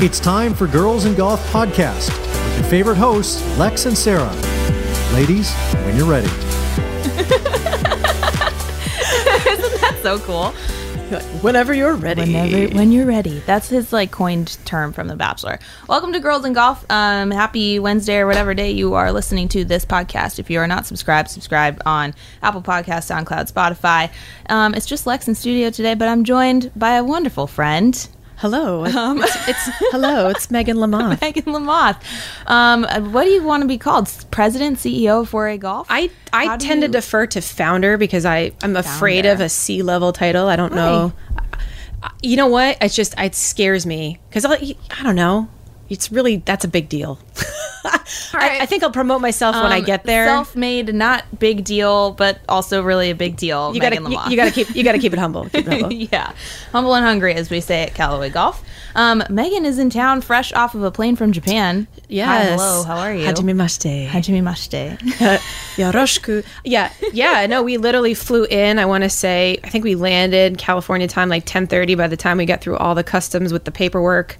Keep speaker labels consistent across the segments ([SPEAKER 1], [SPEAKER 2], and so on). [SPEAKER 1] It's time for Girls in Golf Podcast with your favorite hosts, Lex and Sarah. Ladies, when you're ready.
[SPEAKER 2] That's so cool.
[SPEAKER 3] Whenever you're ready.
[SPEAKER 2] Whenever, when you're ready. That's his like coined term from The Bachelor. Welcome to Girls in Golf. Um, happy Wednesday or whatever day you are listening to this podcast. If you are not subscribed, subscribe on Apple Podcasts, SoundCloud, Spotify. Um, it's just Lex in studio today, but I'm joined by a wonderful friend.
[SPEAKER 3] hello. it's, it's- hello. It's Megan Lamont.
[SPEAKER 2] Megan Lamoth. Um, what do you want to be called? President, CEO of 4A Golf?
[SPEAKER 3] I I
[SPEAKER 2] How do
[SPEAKER 3] tend
[SPEAKER 2] you-
[SPEAKER 3] to defer to founder because I I'm afraid of
[SPEAKER 2] Founder.
[SPEAKER 3] a C level title. I don't know. I- You know what? It's just it scares me because I I don't know. It's really that's a big deal. I,
[SPEAKER 2] right.
[SPEAKER 3] I think I'll promote myf when I
[SPEAKER 2] Um,
[SPEAKER 3] get there.
[SPEAKER 2] Self-made, not big deal, but also really a big deal.
[SPEAKER 3] you gotta
[SPEAKER 2] Megan
[SPEAKER 3] you,
[SPEAKER 2] Lamoth.
[SPEAKER 3] you gotta keep you gotta keep it humble. Keep it humble.
[SPEAKER 2] yeah, humble and hungry, as we say at Callaway Golf. Um, Megan is in town, fresh off of a plane from Japan. Hi,
[SPEAKER 3] Yes.
[SPEAKER 2] hello. How are you?
[SPEAKER 3] Hajimemashite.
[SPEAKER 2] Hajimemashite.
[SPEAKER 3] Yoroshiku. Yeah, yeah. No, we literally flew in. I want to say I think we landed California time like ten thirty. By the time we got through all the customs with the paperwork,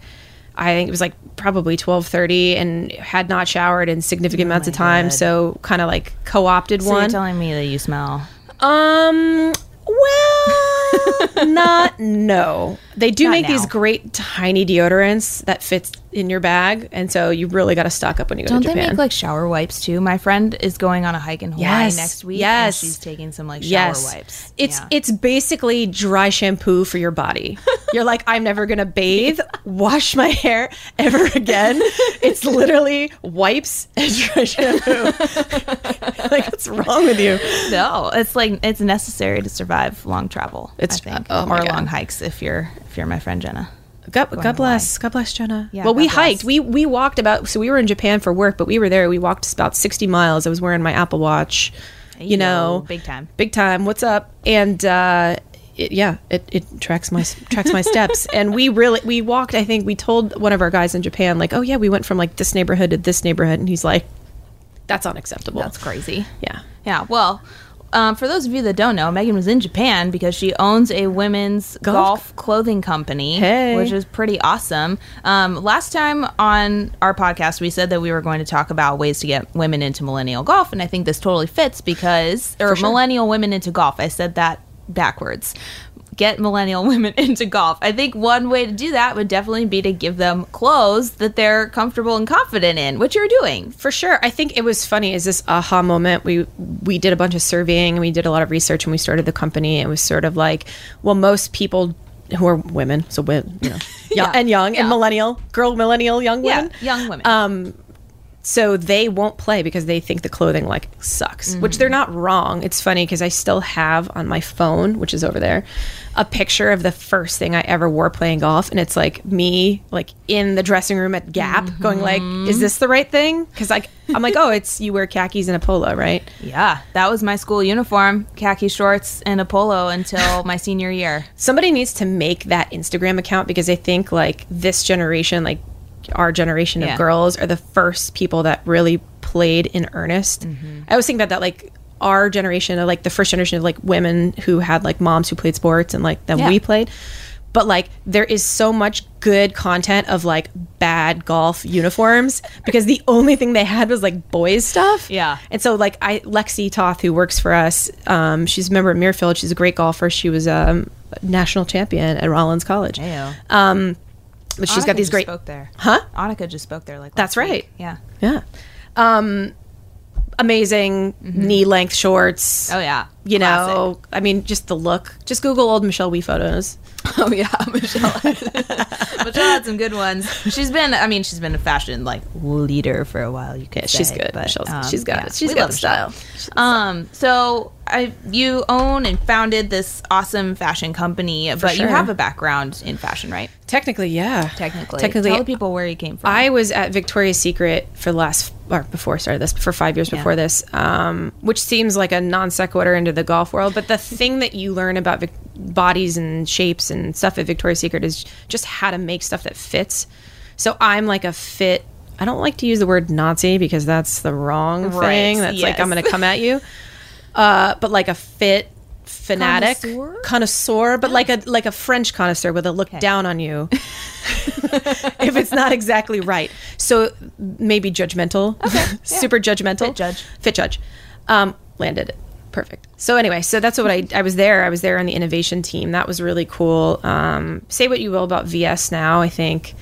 [SPEAKER 3] I think it was like probably twelve thirty, and had not showered in significant amounts of time. So kind of like co-opted
[SPEAKER 2] Oh So you're
[SPEAKER 3] one.
[SPEAKER 2] telling me that you smell.
[SPEAKER 3] um. Well, not no. They do
[SPEAKER 2] Not
[SPEAKER 3] make these
[SPEAKER 2] now.
[SPEAKER 3] great tiny deodorants that fits in your bag, and so you really got to stock up when you go
[SPEAKER 2] Don't
[SPEAKER 3] to
[SPEAKER 2] they
[SPEAKER 3] Japan.
[SPEAKER 2] make like shower wipes too? My friend is going on a hike in Hawaii
[SPEAKER 3] Yes,
[SPEAKER 2] next week. and
[SPEAKER 3] yes.
[SPEAKER 2] she's taking some like shower
[SPEAKER 3] yes.
[SPEAKER 2] wipes.
[SPEAKER 3] It's
[SPEAKER 2] Yeah.
[SPEAKER 3] it's basically dry shampoo for your body. You're like, I'm never gonna bathe, wash my hair ever again. It's literally wipes and dry shampoo. like, what's wrong with you?
[SPEAKER 2] no, it's like it's necessary to survive long travel.
[SPEAKER 3] It's-
[SPEAKER 2] I think,
[SPEAKER 3] oh my
[SPEAKER 2] or
[SPEAKER 3] God.
[SPEAKER 2] long hikes if you're if you're my friend Jenna.
[SPEAKER 3] God, God bless, God bless, Jenna.
[SPEAKER 2] Yeah,
[SPEAKER 3] well, we
[SPEAKER 2] God bless.
[SPEAKER 3] hiked. We we walked about. So we were in Japan for work, but we were there. We walked about 60 miles. I was wearing my Apple Watch.
[SPEAKER 2] Ayo,
[SPEAKER 3] You know,
[SPEAKER 2] big time.
[SPEAKER 3] big time. What's up? And uh, it, yeah, it, it tracks my tracks my steps. And we really we walked. I think we told one of our guys in Japan, like, oh yeah, we went from like this neighborhood to this neighborhood, and he's like, that's unacceptable.
[SPEAKER 2] That's crazy.
[SPEAKER 3] yeah.
[SPEAKER 2] Yeah, well, um, for those of you that don't know, Megan was in Japan because she owns a women's golf, clothing company,
[SPEAKER 3] Hey.
[SPEAKER 2] which is pretty awesome. Um, last time on our podcast, we said that we were going to talk about ways to get women into millennial golf, and I think this totally fits because, or millennial women into golf. I said that backwards. Get millennial women into golf. I think one way to do that would definitely be to give them clothes that they're comfortable and confident in, which you're doing.
[SPEAKER 3] for sure. I think it was funny. Is this aha moment? We we did a bunch of surveying and we did a lot of research and we started the company. It was sort of like, well, most people who are women, so women, you know, young, and young and millennial, girl, millennial, young women,
[SPEAKER 2] Yeah, young women.
[SPEAKER 3] so they won't play because they think the clothing like sucks which they're not wrong it's funny because i still have on my phone which is over there a picture of the first thing i ever wore playing golf and it's like me like in the dressing room at gap going like is this the right thing because like i'm like oh it's you wear khakis and a polo right
[SPEAKER 2] Yeah, that was my school uniform, khaki shorts and a polo until my senior year.
[SPEAKER 3] somebody needs to make that instagram account because i think like this generation like our generation
[SPEAKER 2] Yeah.
[SPEAKER 3] of girls are the first people that really played in earnest
[SPEAKER 2] Mm-hmm.
[SPEAKER 3] i always think about that like our generation of like the first generation of like women who had like moms who played sports and like then
[SPEAKER 2] Yeah.
[SPEAKER 3] we played but like there is so much good content of like bad golf uniforms because the only thing they had was like boys stuff
[SPEAKER 2] Yeah.
[SPEAKER 3] and so, like, I Lexi Toth, who works for us, um, she's a member at Mirfield. She's a great golfer. She was um, a national champion at Rollins College.
[SPEAKER 2] Ew. Oh,
[SPEAKER 3] But she's got these great.
[SPEAKER 2] Uh, spoke there.
[SPEAKER 3] Huh?
[SPEAKER 2] Annika just spoke there like
[SPEAKER 3] That's
[SPEAKER 2] last week.
[SPEAKER 3] right.
[SPEAKER 2] Yeah.
[SPEAKER 3] Yeah. Um, amazing knee length shorts.
[SPEAKER 2] Mm-hmm. Oh yeah.
[SPEAKER 3] You know, I mean, just the look. Just Google old Michelle Wee photos.
[SPEAKER 2] Oh yeah, Michelle. Michelle had some good ones. She's been, I mean, she's been a fashion like leader for a while. You could
[SPEAKER 3] Yeah, she's
[SPEAKER 2] say,
[SPEAKER 3] good.
[SPEAKER 2] but,
[SPEAKER 3] Michelle's-
[SPEAKER 2] um,
[SPEAKER 3] she's got
[SPEAKER 2] yeah,
[SPEAKER 3] it. She's
[SPEAKER 2] we
[SPEAKER 3] got
[SPEAKER 2] love
[SPEAKER 3] the
[SPEAKER 2] Michelle.
[SPEAKER 3] style.
[SPEAKER 2] Um, so I, you own and founded this awesome fashion company, but
[SPEAKER 3] sure.
[SPEAKER 2] you have a background in fashion, right?
[SPEAKER 3] Technically, yeah.
[SPEAKER 2] Technically,
[SPEAKER 3] Technically,
[SPEAKER 2] tell the people where you came from.
[SPEAKER 3] I was at Victoria's Secret for the last, or before I started this, for five years before this, um, which seems like a non sequitur into the golf world. But the thing that you learn about vic- bodies and shapes and stuff at Victoria's Secret is just how to make stuff that fits. So I'm like a fit. I don't like to use the word Nazi because that's the wrong
[SPEAKER 2] Right,
[SPEAKER 3] thing. That's like I'm
[SPEAKER 2] yes.
[SPEAKER 3] going to come at you. Uh, but like a fit fanatic
[SPEAKER 2] Connoisseur?
[SPEAKER 3] connoisseur, but like a like a French connoisseur with a look down on you if it's not exactly right. So maybe judgmental, super judgmental,
[SPEAKER 2] Fit judge.
[SPEAKER 3] fit judge. Um, landed it. Perfect. So anyway, so that's what I I was there. I was there on the innovation team. That was really cool. Um, say what you will about VS now, I think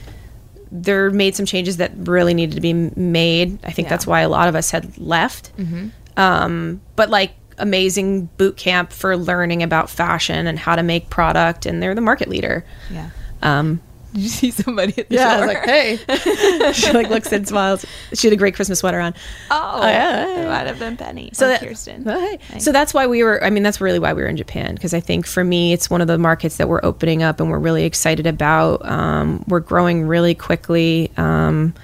[SPEAKER 3] they're made some changes that really needed to be m- made. I
[SPEAKER 2] Yeah.
[SPEAKER 3] think
[SPEAKER 2] Mm-hmm.
[SPEAKER 3] that's why a lot of us had left. Um, but like amazing boot camp for learning about fashion and how to make product, and they're the market leader.
[SPEAKER 2] Yeah.
[SPEAKER 3] Um,
[SPEAKER 2] Did you see somebody at the door?
[SPEAKER 3] hey. she like looks and smiles. She had a great Christmas sweater on.
[SPEAKER 2] Oh,
[SPEAKER 3] yeah.
[SPEAKER 2] it might have been Penny.
[SPEAKER 3] So
[SPEAKER 2] or
[SPEAKER 3] that-
[SPEAKER 2] Kirsten.
[SPEAKER 3] Oh, hey. So that's why we were. I mean, that's really why we were in Japan because I think for me, it's one of the markets that we're opening up and we're really excited about. Um, we're growing really quickly, um,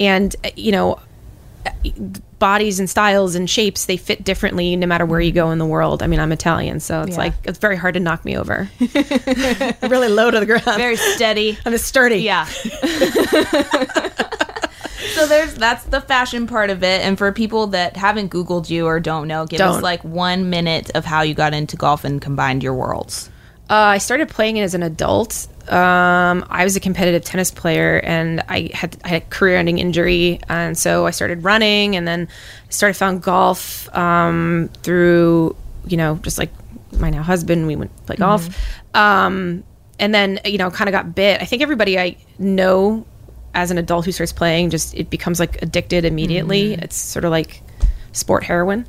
[SPEAKER 3] and uh, you know, uh, bodies and styles and shapes they fit differently no matter where you go in the world. I mean, I'm Italian, so it's
[SPEAKER 2] Yeah.
[SPEAKER 3] like it's very hard to knock me over. really low to the ground.
[SPEAKER 2] Very steady.
[SPEAKER 3] I'm a sturdy.
[SPEAKER 2] Yeah. so there's that's the fashion part of it. And for people that haven't Googled you or don't know, give us
[SPEAKER 3] Don't.
[SPEAKER 2] like one minute of how you got into golf and combined your worlds.
[SPEAKER 3] Uh, I started playing it as an adult. Um, I was a competitive tennis player, and I had I had a career-ending injury, and so I started running, and then started found golf um, through you know just like my now husband. We went to play golf, um, and then you know kind of got bit. I think everybody I know as an adult who starts playing just it becomes like addicted immediately. It's sort of like sport heroin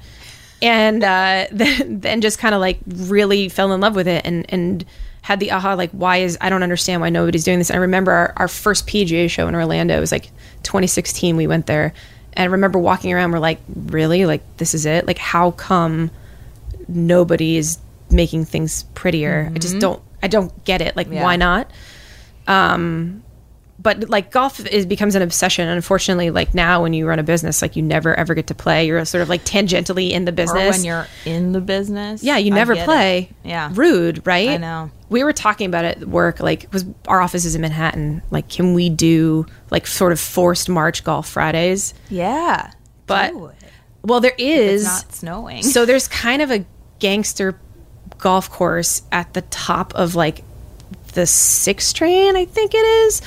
[SPEAKER 3] and uh, then, then just kind of like really fell in love with it and and had the aha like why is I don't understand why nobody's doing this. I remember our, our first PGA show in Orlando it was like 2016. We went there and I remember walking around. We're like, really, like this is it? Like how come nobody is making things prettier? I just don't. I don't get it. Like
[SPEAKER 2] Mm-hmm. Yeah.
[SPEAKER 3] why not? but like golf is becomes an obsession and unfortunately like now when you run a business like you never ever get to play you're sort of like tangentially in the
[SPEAKER 2] Or
[SPEAKER 3] business
[SPEAKER 2] when you're in the business.
[SPEAKER 3] yeah you
[SPEAKER 2] I
[SPEAKER 3] never
[SPEAKER 2] get it.
[SPEAKER 3] play
[SPEAKER 2] Yeah.
[SPEAKER 3] rude right
[SPEAKER 2] I know.
[SPEAKER 3] we were talking about it at work like was our office is in manhattan like can we do like sort of forced march golf fridays
[SPEAKER 2] Yeah.
[SPEAKER 3] But
[SPEAKER 2] Do it.
[SPEAKER 3] well there
[SPEAKER 2] it's
[SPEAKER 3] is
[SPEAKER 2] not snowing.
[SPEAKER 3] so there's kind of a gangster golf course at the top of like the six train, I think it is.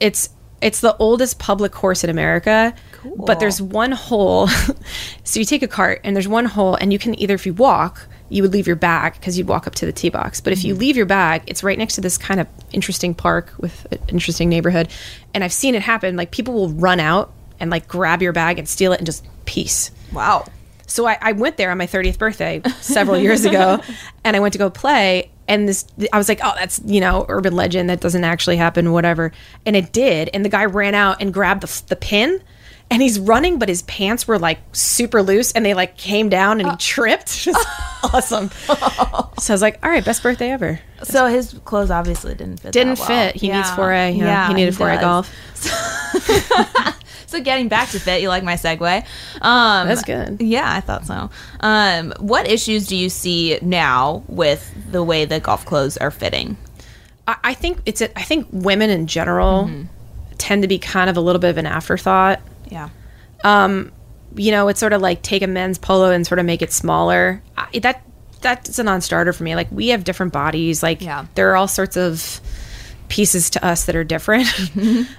[SPEAKER 3] It's it's the oldest public course in America.
[SPEAKER 2] Cool.
[SPEAKER 3] But there's one hole. so you take a cart and there's one hole and you can either if you walk, you would leave your bag because you'd walk up to the tee box. But if you leave your bag, it's right next to this kind of interesting park with an interesting neighborhood. And I've seen it happen. Like people will run out and like grab your bag and steal it and just peace.
[SPEAKER 2] wow.
[SPEAKER 3] So I, I went there on my 30th birthday several years ago, and I went to go play. And this, I was like, oh, that's you know, urban legend that doesn't actually happen, whatever. And it did. And the guy ran out and grabbed the, the pin, and he's running, but his pants were like super loose, and they like came down, and he tripped. Just awesome. So I was like, all right, best birthday ever.
[SPEAKER 2] So his clothes obviously didn't fit.
[SPEAKER 3] Didn't
[SPEAKER 2] that well.
[SPEAKER 3] fit. He needs
[SPEAKER 2] Oh, Yeah.
[SPEAKER 3] 4A. Yeah, he needed 4A
[SPEAKER 2] does.
[SPEAKER 3] golf.
[SPEAKER 2] So getting back to fit, you like my segue? Um,
[SPEAKER 3] That's good.
[SPEAKER 2] Yeah, I thought so. Um, what issues do you see now with the way that golf clothes are fitting?
[SPEAKER 3] I, I think it's. A, I think women in general tend to be kind of a little bit of an afterthought.
[SPEAKER 2] Yeah.
[SPEAKER 3] you know, it's sort of like take a men's polo and sort of make it smaller. I, that that's a non-starter for me. Like we have different bodies. Like
[SPEAKER 2] Yeah.
[SPEAKER 3] there are all sorts of pieces to us that are different.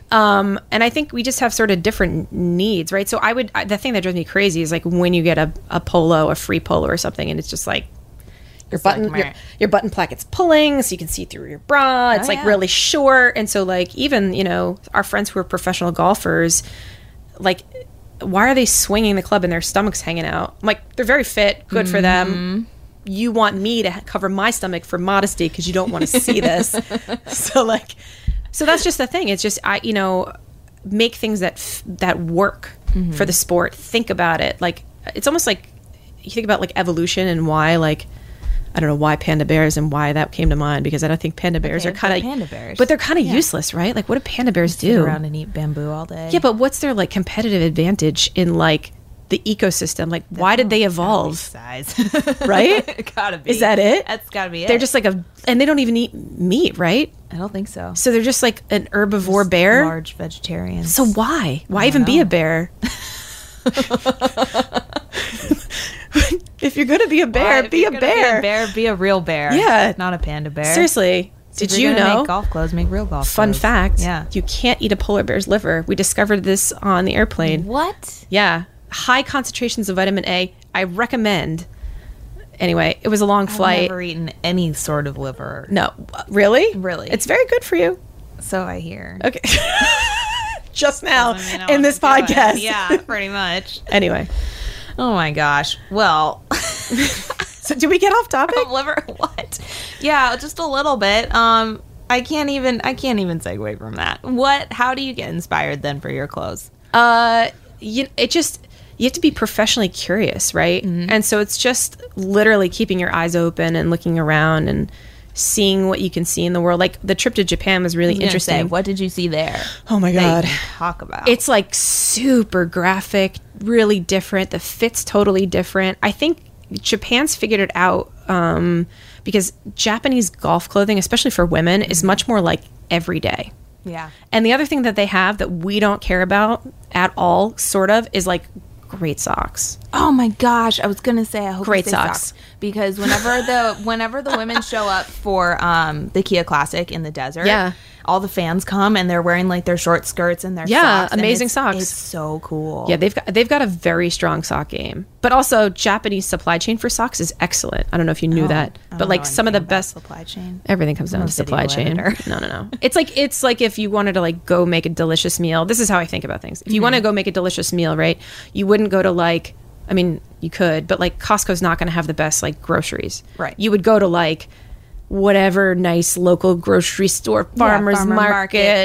[SPEAKER 3] um, and I think we just have sort of different needs, right? So I would I, the thing that drives me crazy is like when you get a, a polo, a free polo or something, and it's just like. Your
[SPEAKER 2] like,
[SPEAKER 3] button,
[SPEAKER 2] meh.
[SPEAKER 3] your, your button placket's pulling, so you can see through your bra. It's
[SPEAKER 2] Oh,
[SPEAKER 3] like
[SPEAKER 2] yeah.
[SPEAKER 3] really short, and so like even you know our friends who are professional golfers, like why are they swinging the club and their stomachs hanging out I'm like they're very fit good for
[SPEAKER 2] Mm-hmm.
[SPEAKER 3] them you want me to ha- cover my stomach for modesty because you don't want to see this so like so that's just the thing it's just i you know make things that f- that work
[SPEAKER 2] Mm-hmm.
[SPEAKER 3] for the sport think about it like it's almost like you think about like evolution and why like I don't know why panda bears and why that came to mind because I don't think panda bears
[SPEAKER 2] Okay,
[SPEAKER 3] are kind
[SPEAKER 2] but
[SPEAKER 3] of
[SPEAKER 2] panda bears.
[SPEAKER 3] but they're kind of useless, right? Like, what do panda bears do?
[SPEAKER 2] Around and eat bamboo all day.
[SPEAKER 3] Yeah, but what's their like competitive advantage in like the ecosystem? Like, why did they evolve?
[SPEAKER 2] size,
[SPEAKER 3] Right?
[SPEAKER 2] gotta be.
[SPEAKER 3] Is that it?
[SPEAKER 2] That's gotta be it.
[SPEAKER 3] They're just like a, and they don't even eat meat, right?
[SPEAKER 2] I don't think so.
[SPEAKER 3] So they're just like an herbivore bear.
[SPEAKER 2] Large vegetarians.
[SPEAKER 3] So why? Why even be
[SPEAKER 2] know.
[SPEAKER 3] a bear? If you're gonna be a bear,
[SPEAKER 2] If
[SPEAKER 3] be,
[SPEAKER 2] you're
[SPEAKER 3] a
[SPEAKER 2] gonna
[SPEAKER 3] bear.
[SPEAKER 2] Be a bear. Be a real bear.
[SPEAKER 3] Yeah.
[SPEAKER 2] Not a panda bear.
[SPEAKER 3] Seriously, did
[SPEAKER 2] If
[SPEAKER 3] you
[SPEAKER 2] you're gonna
[SPEAKER 3] know?
[SPEAKER 2] Make golf clothes. Make real golf.
[SPEAKER 3] Fun
[SPEAKER 2] clothes.
[SPEAKER 3] fact:
[SPEAKER 2] Yeah.
[SPEAKER 3] you can't eat a polar bear's liver. We discovered this on the airplane.
[SPEAKER 2] What?
[SPEAKER 3] Yeah, high concentrations of vitamin A. I recommend. Anyway, it was a long
[SPEAKER 2] I've
[SPEAKER 3] flight.
[SPEAKER 2] never eaten any sort of liver.
[SPEAKER 3] No, really,
[SPEAKER 2] Really.
[SPEAKER 3] it's very good for you.
[SPEAKER 2] So I hear.
[SPEAKER 3] Okay, just now
[SPEAKER 2] I mean, I
[SPEAKER 3] in
[SPEAKER 2] wanna
[SPEAKER 3] this
[SPEAKER 2] do it.
[SPEAKER 3] podcast.
[SPEAKER 2] Yeah, pretty much.
[SPEAKER 3] anyway,
[SPEAKER 2] Oh my gosh. Well,
[SPEAKER 3] so do we get off topic?
[SPEAKER 2] liver what? Yeah, just a little bit. Um I can't even I can't even segue from that. What how do you get inspired then for your clothes?
[SPEAKER 3] Uh, you, it just you have to be professionally curious, right? And so it's just literally keeping your eyes open and looking around and seeing what you can see in the world. Like the trip to Japan was really interesting.
[SPEAKER 2] Interesting. What did you see there?
[SPEAKER 3] oh my
[SPEAKER 2] that
[SPEAKER 3] god.
[SPEAKER 2] you can talk about.
[SPEAKER 3] It's like super graphic, really different. The fit's totally different. I think Japan's figured it out um, because Japanese golf clothing, especially for women, is much more like everyday.
[SPEAKER 2] yeah.
[SPEAKER 3] And the other thing that they have that we don't care about at all, sort of, is like great socks.
[SPEAKER 2] Oh my gosh, I was gonna say I hope
[SPEAKER 3] Great
[SPEAKER 2] you say
[SPEAKER 3] socks.
[SPEAKER 2] because whenever the whenever the women show up for um, the Kia Classic in the desert,
[SPEAKER 3] Yeah.
[SPEAKER 2] all the fans come and they're wearing like their short skirts and their
[SPEAKER 3] Yeah,
[SPEAKER 2] socks, and
[SPEAKER 3] amazing
[SPEAKER 2] it's-
[SPEAKER 3] socks.
[SPEAKER 2] It's so cool.
[SPEAKER 3] Yeah, they've got they've got a very strong sock game. But also Japanese supply chain for socks is excellent. I don't know if you knew that,
[SPEAKER 2] Oh, I
[SPEAKER 3] but
[SPEAKER 2] don't
[SPEAKER 3] like
[SPEAKER 2] know
[SPEAKER 3] some of the
[SPEAKER 2] anything about
[SPEAKER 3] best
[SPEAKER 2] supply chain.
[SPEAKER 3] Everything comes down
[SPEAKER 2] a
[SPEAKER 3] to supply
[SPEAKER 2] video
[SPEAKER 3] chain.
[SPEAKER 2] editor.
[SPEAKER 3] No, no, no. It's like it's like if you wanted to like go make a delicious meal. This is how I think about things. If you
[SPEAKER 2] Mm-hmm.
[SPEAKER 3] want to go make a delicious meal, right? You wouldn't go to like I mean, you could, but like Costco's not going to have the best like groceries.
[SPEAKER 2] Right.
[SPEAKER 3] You would go to like whatever nice local grocery store, farmers
[SPEAKER 2] farmer
[SPEAKER 3] market,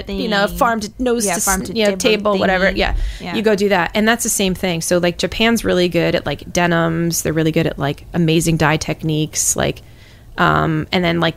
[SPEAKER 2] market
[SPEAKER 3] you know,
[SPEAKER 2] thing.
[SPEAKER 3] farm to nose
[SPEAKER 2] Yeah,
[SPEAKER 3] to,
[SPEAKER 2] farm
[SPEAKER 3] s-
[SPEAKER 2] to
[SPEAKER 3] you know,
[SPEAKER 2] table
[SPEAKER 3] table, whatever.
[SPEAKER 2] thingy.
[SPEAKER 3] Yeah.
[SPEAKER 2] Yeah.
[SPEAKER 3] You go do that. And that's the same thing. So like Japan's really good at like denims. They're really good at like amazing dye techniques. Like, um, and then like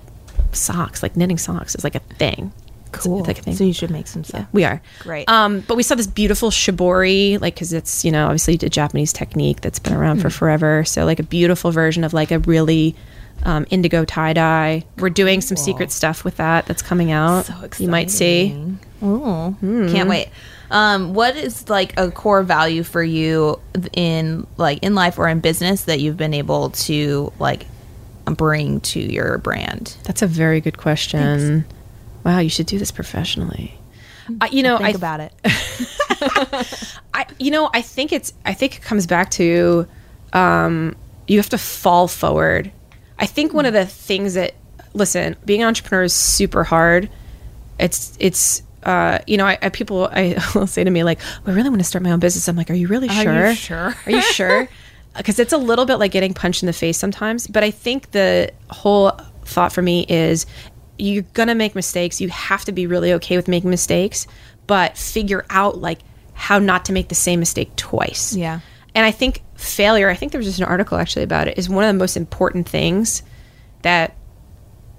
[SPEAKER 3] socks, like knitting socks is like a thing. It's-
[SPEAKER 2] Cool.
[SPEAKER 3] It's like a thing.
[SPEAKER 2] So you should make some stuff.
[SPEAKER 3] we are
[SPEAKER 2] Great.
[SPEAKER 3] Um, but we saw this beautiful shibori, like because it's you know obviously a Japanese technique that's been around
[SPEAKER 2] Hmm.
[SPEAKER 3] for forever. So like a beautiful version of like a really um, indigo tie dye. We're doing some secret stuff with that that's coming out.
[SPEAKER 2] So
[SPEAKER 3] Uh, You might see. Hmm.
[SPEAKER 2] Oh, can't wait. Um, what is like a core value for you in like in life or in business that you've been able to like bring to your brand?
[SPEAKER 3] That's a very good question. Wow, you should do this professionally. Uh, you know,
[SPEAKER 2] Mm-hmm. Think
[SPEAKER 3] I
[SPEAKER 2] about it.
[SPEAKER 3] I you know I think it's I think it comes back to um, you have to fall forward. I think one of the things that listen being an entrepreneur is super hard. It's it's uh, you know I, I people I will say to me like "Oh, I really want to start my own business. I'm like, are you really
[SPEAKER 2] Are you
[SPEAKER 3] sure?
[SPEAKER 2] sure?
[SPEAKER 3] Are you sure? Because it's a little bit like getting punched in the face sometimes. But I think the whole thought for me is you're going to make mistakes. You have to be really okay with making mistakes, but figure out like how not to make the same mistake twice.
[SPEAKER 2] Yeah.
[SPEAKER 3] And I think failure, I think there was just an article actually about it, is one of the most important things that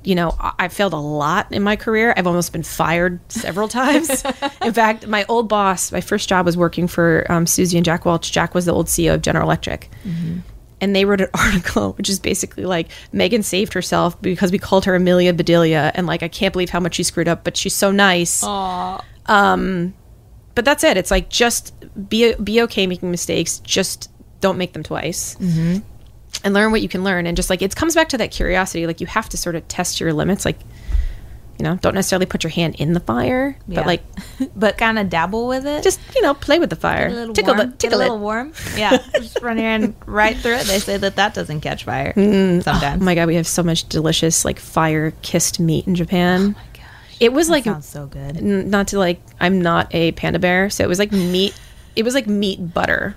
[SPEAKER 3] you know, I- I've failed a lot in my career. I've almost been fired several times. in fact, my old boss, my first job was working for um, Susie and Jack Welch. Jack was the old CEO of General Electric. And they wrote an article, which is basically like Megan saved herself because we called her Amelia Bedelia. And like, I can't believe how much she screwed up, but she's so nice Um, but that's it. It's like just be be okay making mistakes. Just don't make them twice,
[SPEAKER 2] Mm-hmm.
[SPEAKER 3] and learn what you can learn. And just like it comes back to that curiosity. Like you have to sort of test your limits. Like you know, don't necessarily put your hand in the fire,
[SPEAKER 2] Yeah.
[SPEAKER 3] but like
[SPEAKER 2] but kind of dabble with it.
[SPEAKER 3] just you know play with the
[SPEAKER 2] a
[SPEAKER 3] fire,
[SPEAKER 2] little
[SPEAKER 3] tickle
[SPEAKER 2] warm.
[SPEAKER 3] the
[SPEAKER 2] Get
[SPEAKER 3] tickle
[SPEAKER 2] a little
[SPEAKER 3] it.
[SPEAKER 2] warm. Yeah, just run your hand right through it. They say that that doesn't catch fire sometimes.
[SPEAKER 3] Oh my god, we have so much delicious like fire kissed meat in
[SPEAKER 2] Oh
[SPEAKER 3] Japan. It was like
[SPEAKER 2] sounds so good.
[SPEAKER 3] n- not to like I'm not a panda bear, so it was like meat. It was like meat butter.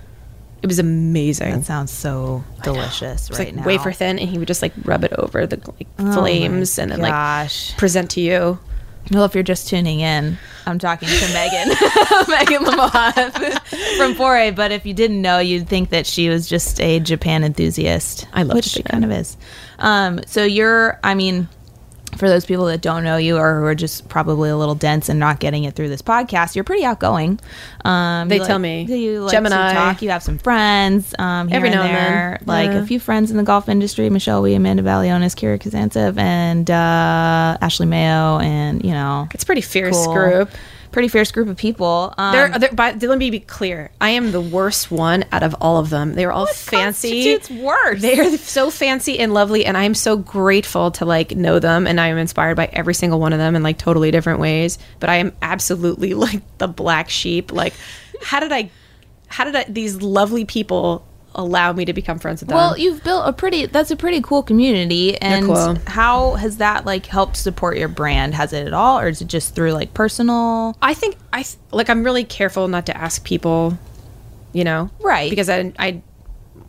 [SPEAKER 3] It was amazing.
[SPEAKER 2] That sounds so delicious
[SPEAKER 3] It's
[SPEAKER 2] right
[SPEAKER 3] like
[SPEAKER 2] now. Oh
[SPEAKER 3] wafer thin, and he would just like rub it over the like, flames, and then
[SPEAKER 2] gosh.
[SPEAKER 3] like present to you.
[SPEAKER 2] Well, if you're just tuning in, I'm talking to Megan, Megan Lamoth from Foray. But if you didn't know, you'd think that she was just a Japan enthusiast.
[SPEAKER 3] I love
[SPEAKER 2] which she
[SPEAKER 3] Japan.
[SPEAKER 2] kind of is. Um, so you're, I mean, for those people that don't know you or who are just probably a little dense and not getting it through this podcast, you're pretty outgoing. Um,
[SPEAKER 3] They
[SPEAKER 2] you
[SPEAKER 3] tell
[SPEAKER 2] like-
[SPEAKER 3] me.
[SPEAKER 2] you like
[SPEAKER 3] Gemini.
[SPEAKER 2] to talk. You have some friends um, here
[SPEAKER 3] Every
[SPEAKER 2] and
[SPEAKER 3] now and
[SPEAKER 2] there,
[SPEAKER 3] then.
[SPEAKER 2] like
[SPEAKER 3] Yeah.
[SPEAKER 2] a few friends in the golf industry: Michelle Wee, Amanda Valionis, Kira Kazantsev, and uh, Ashley Mayo, and you know
[SPEAKER 3] It's a pretty fierce
[SPEAKER 2] cool.
[SPEAKER 3] group.
[SPEAKER 2] pretty fierce group of people. Um,
[SPEAKER 3] They're, they're, but let me be clear. I am the worst one out of all of them. They were all fancy.
[SPEAKER 2] It's worse.
[SPEAKER 3] They are so fancy and lovely, and I'm so grateful to like know them, and I am inspired by every single one of them in like totally different ways. But I am absolutely like the black sheep. Like, how did I? How did I, these lovely people allow me to become friends with them?
[SPEAKER 2] well, you've built a pretty. That's a pretty cool community. And
[SPEAKER 3] cool.
[SPEAKER 2] how has that like helped support your brand? Has it at all, or is it just through like personal?
[SPEAKER 3] I think I th- like I'm really careful not to ask people, you know,
[SPEAKER 2] Right.
[SPEAKER 3] Because I I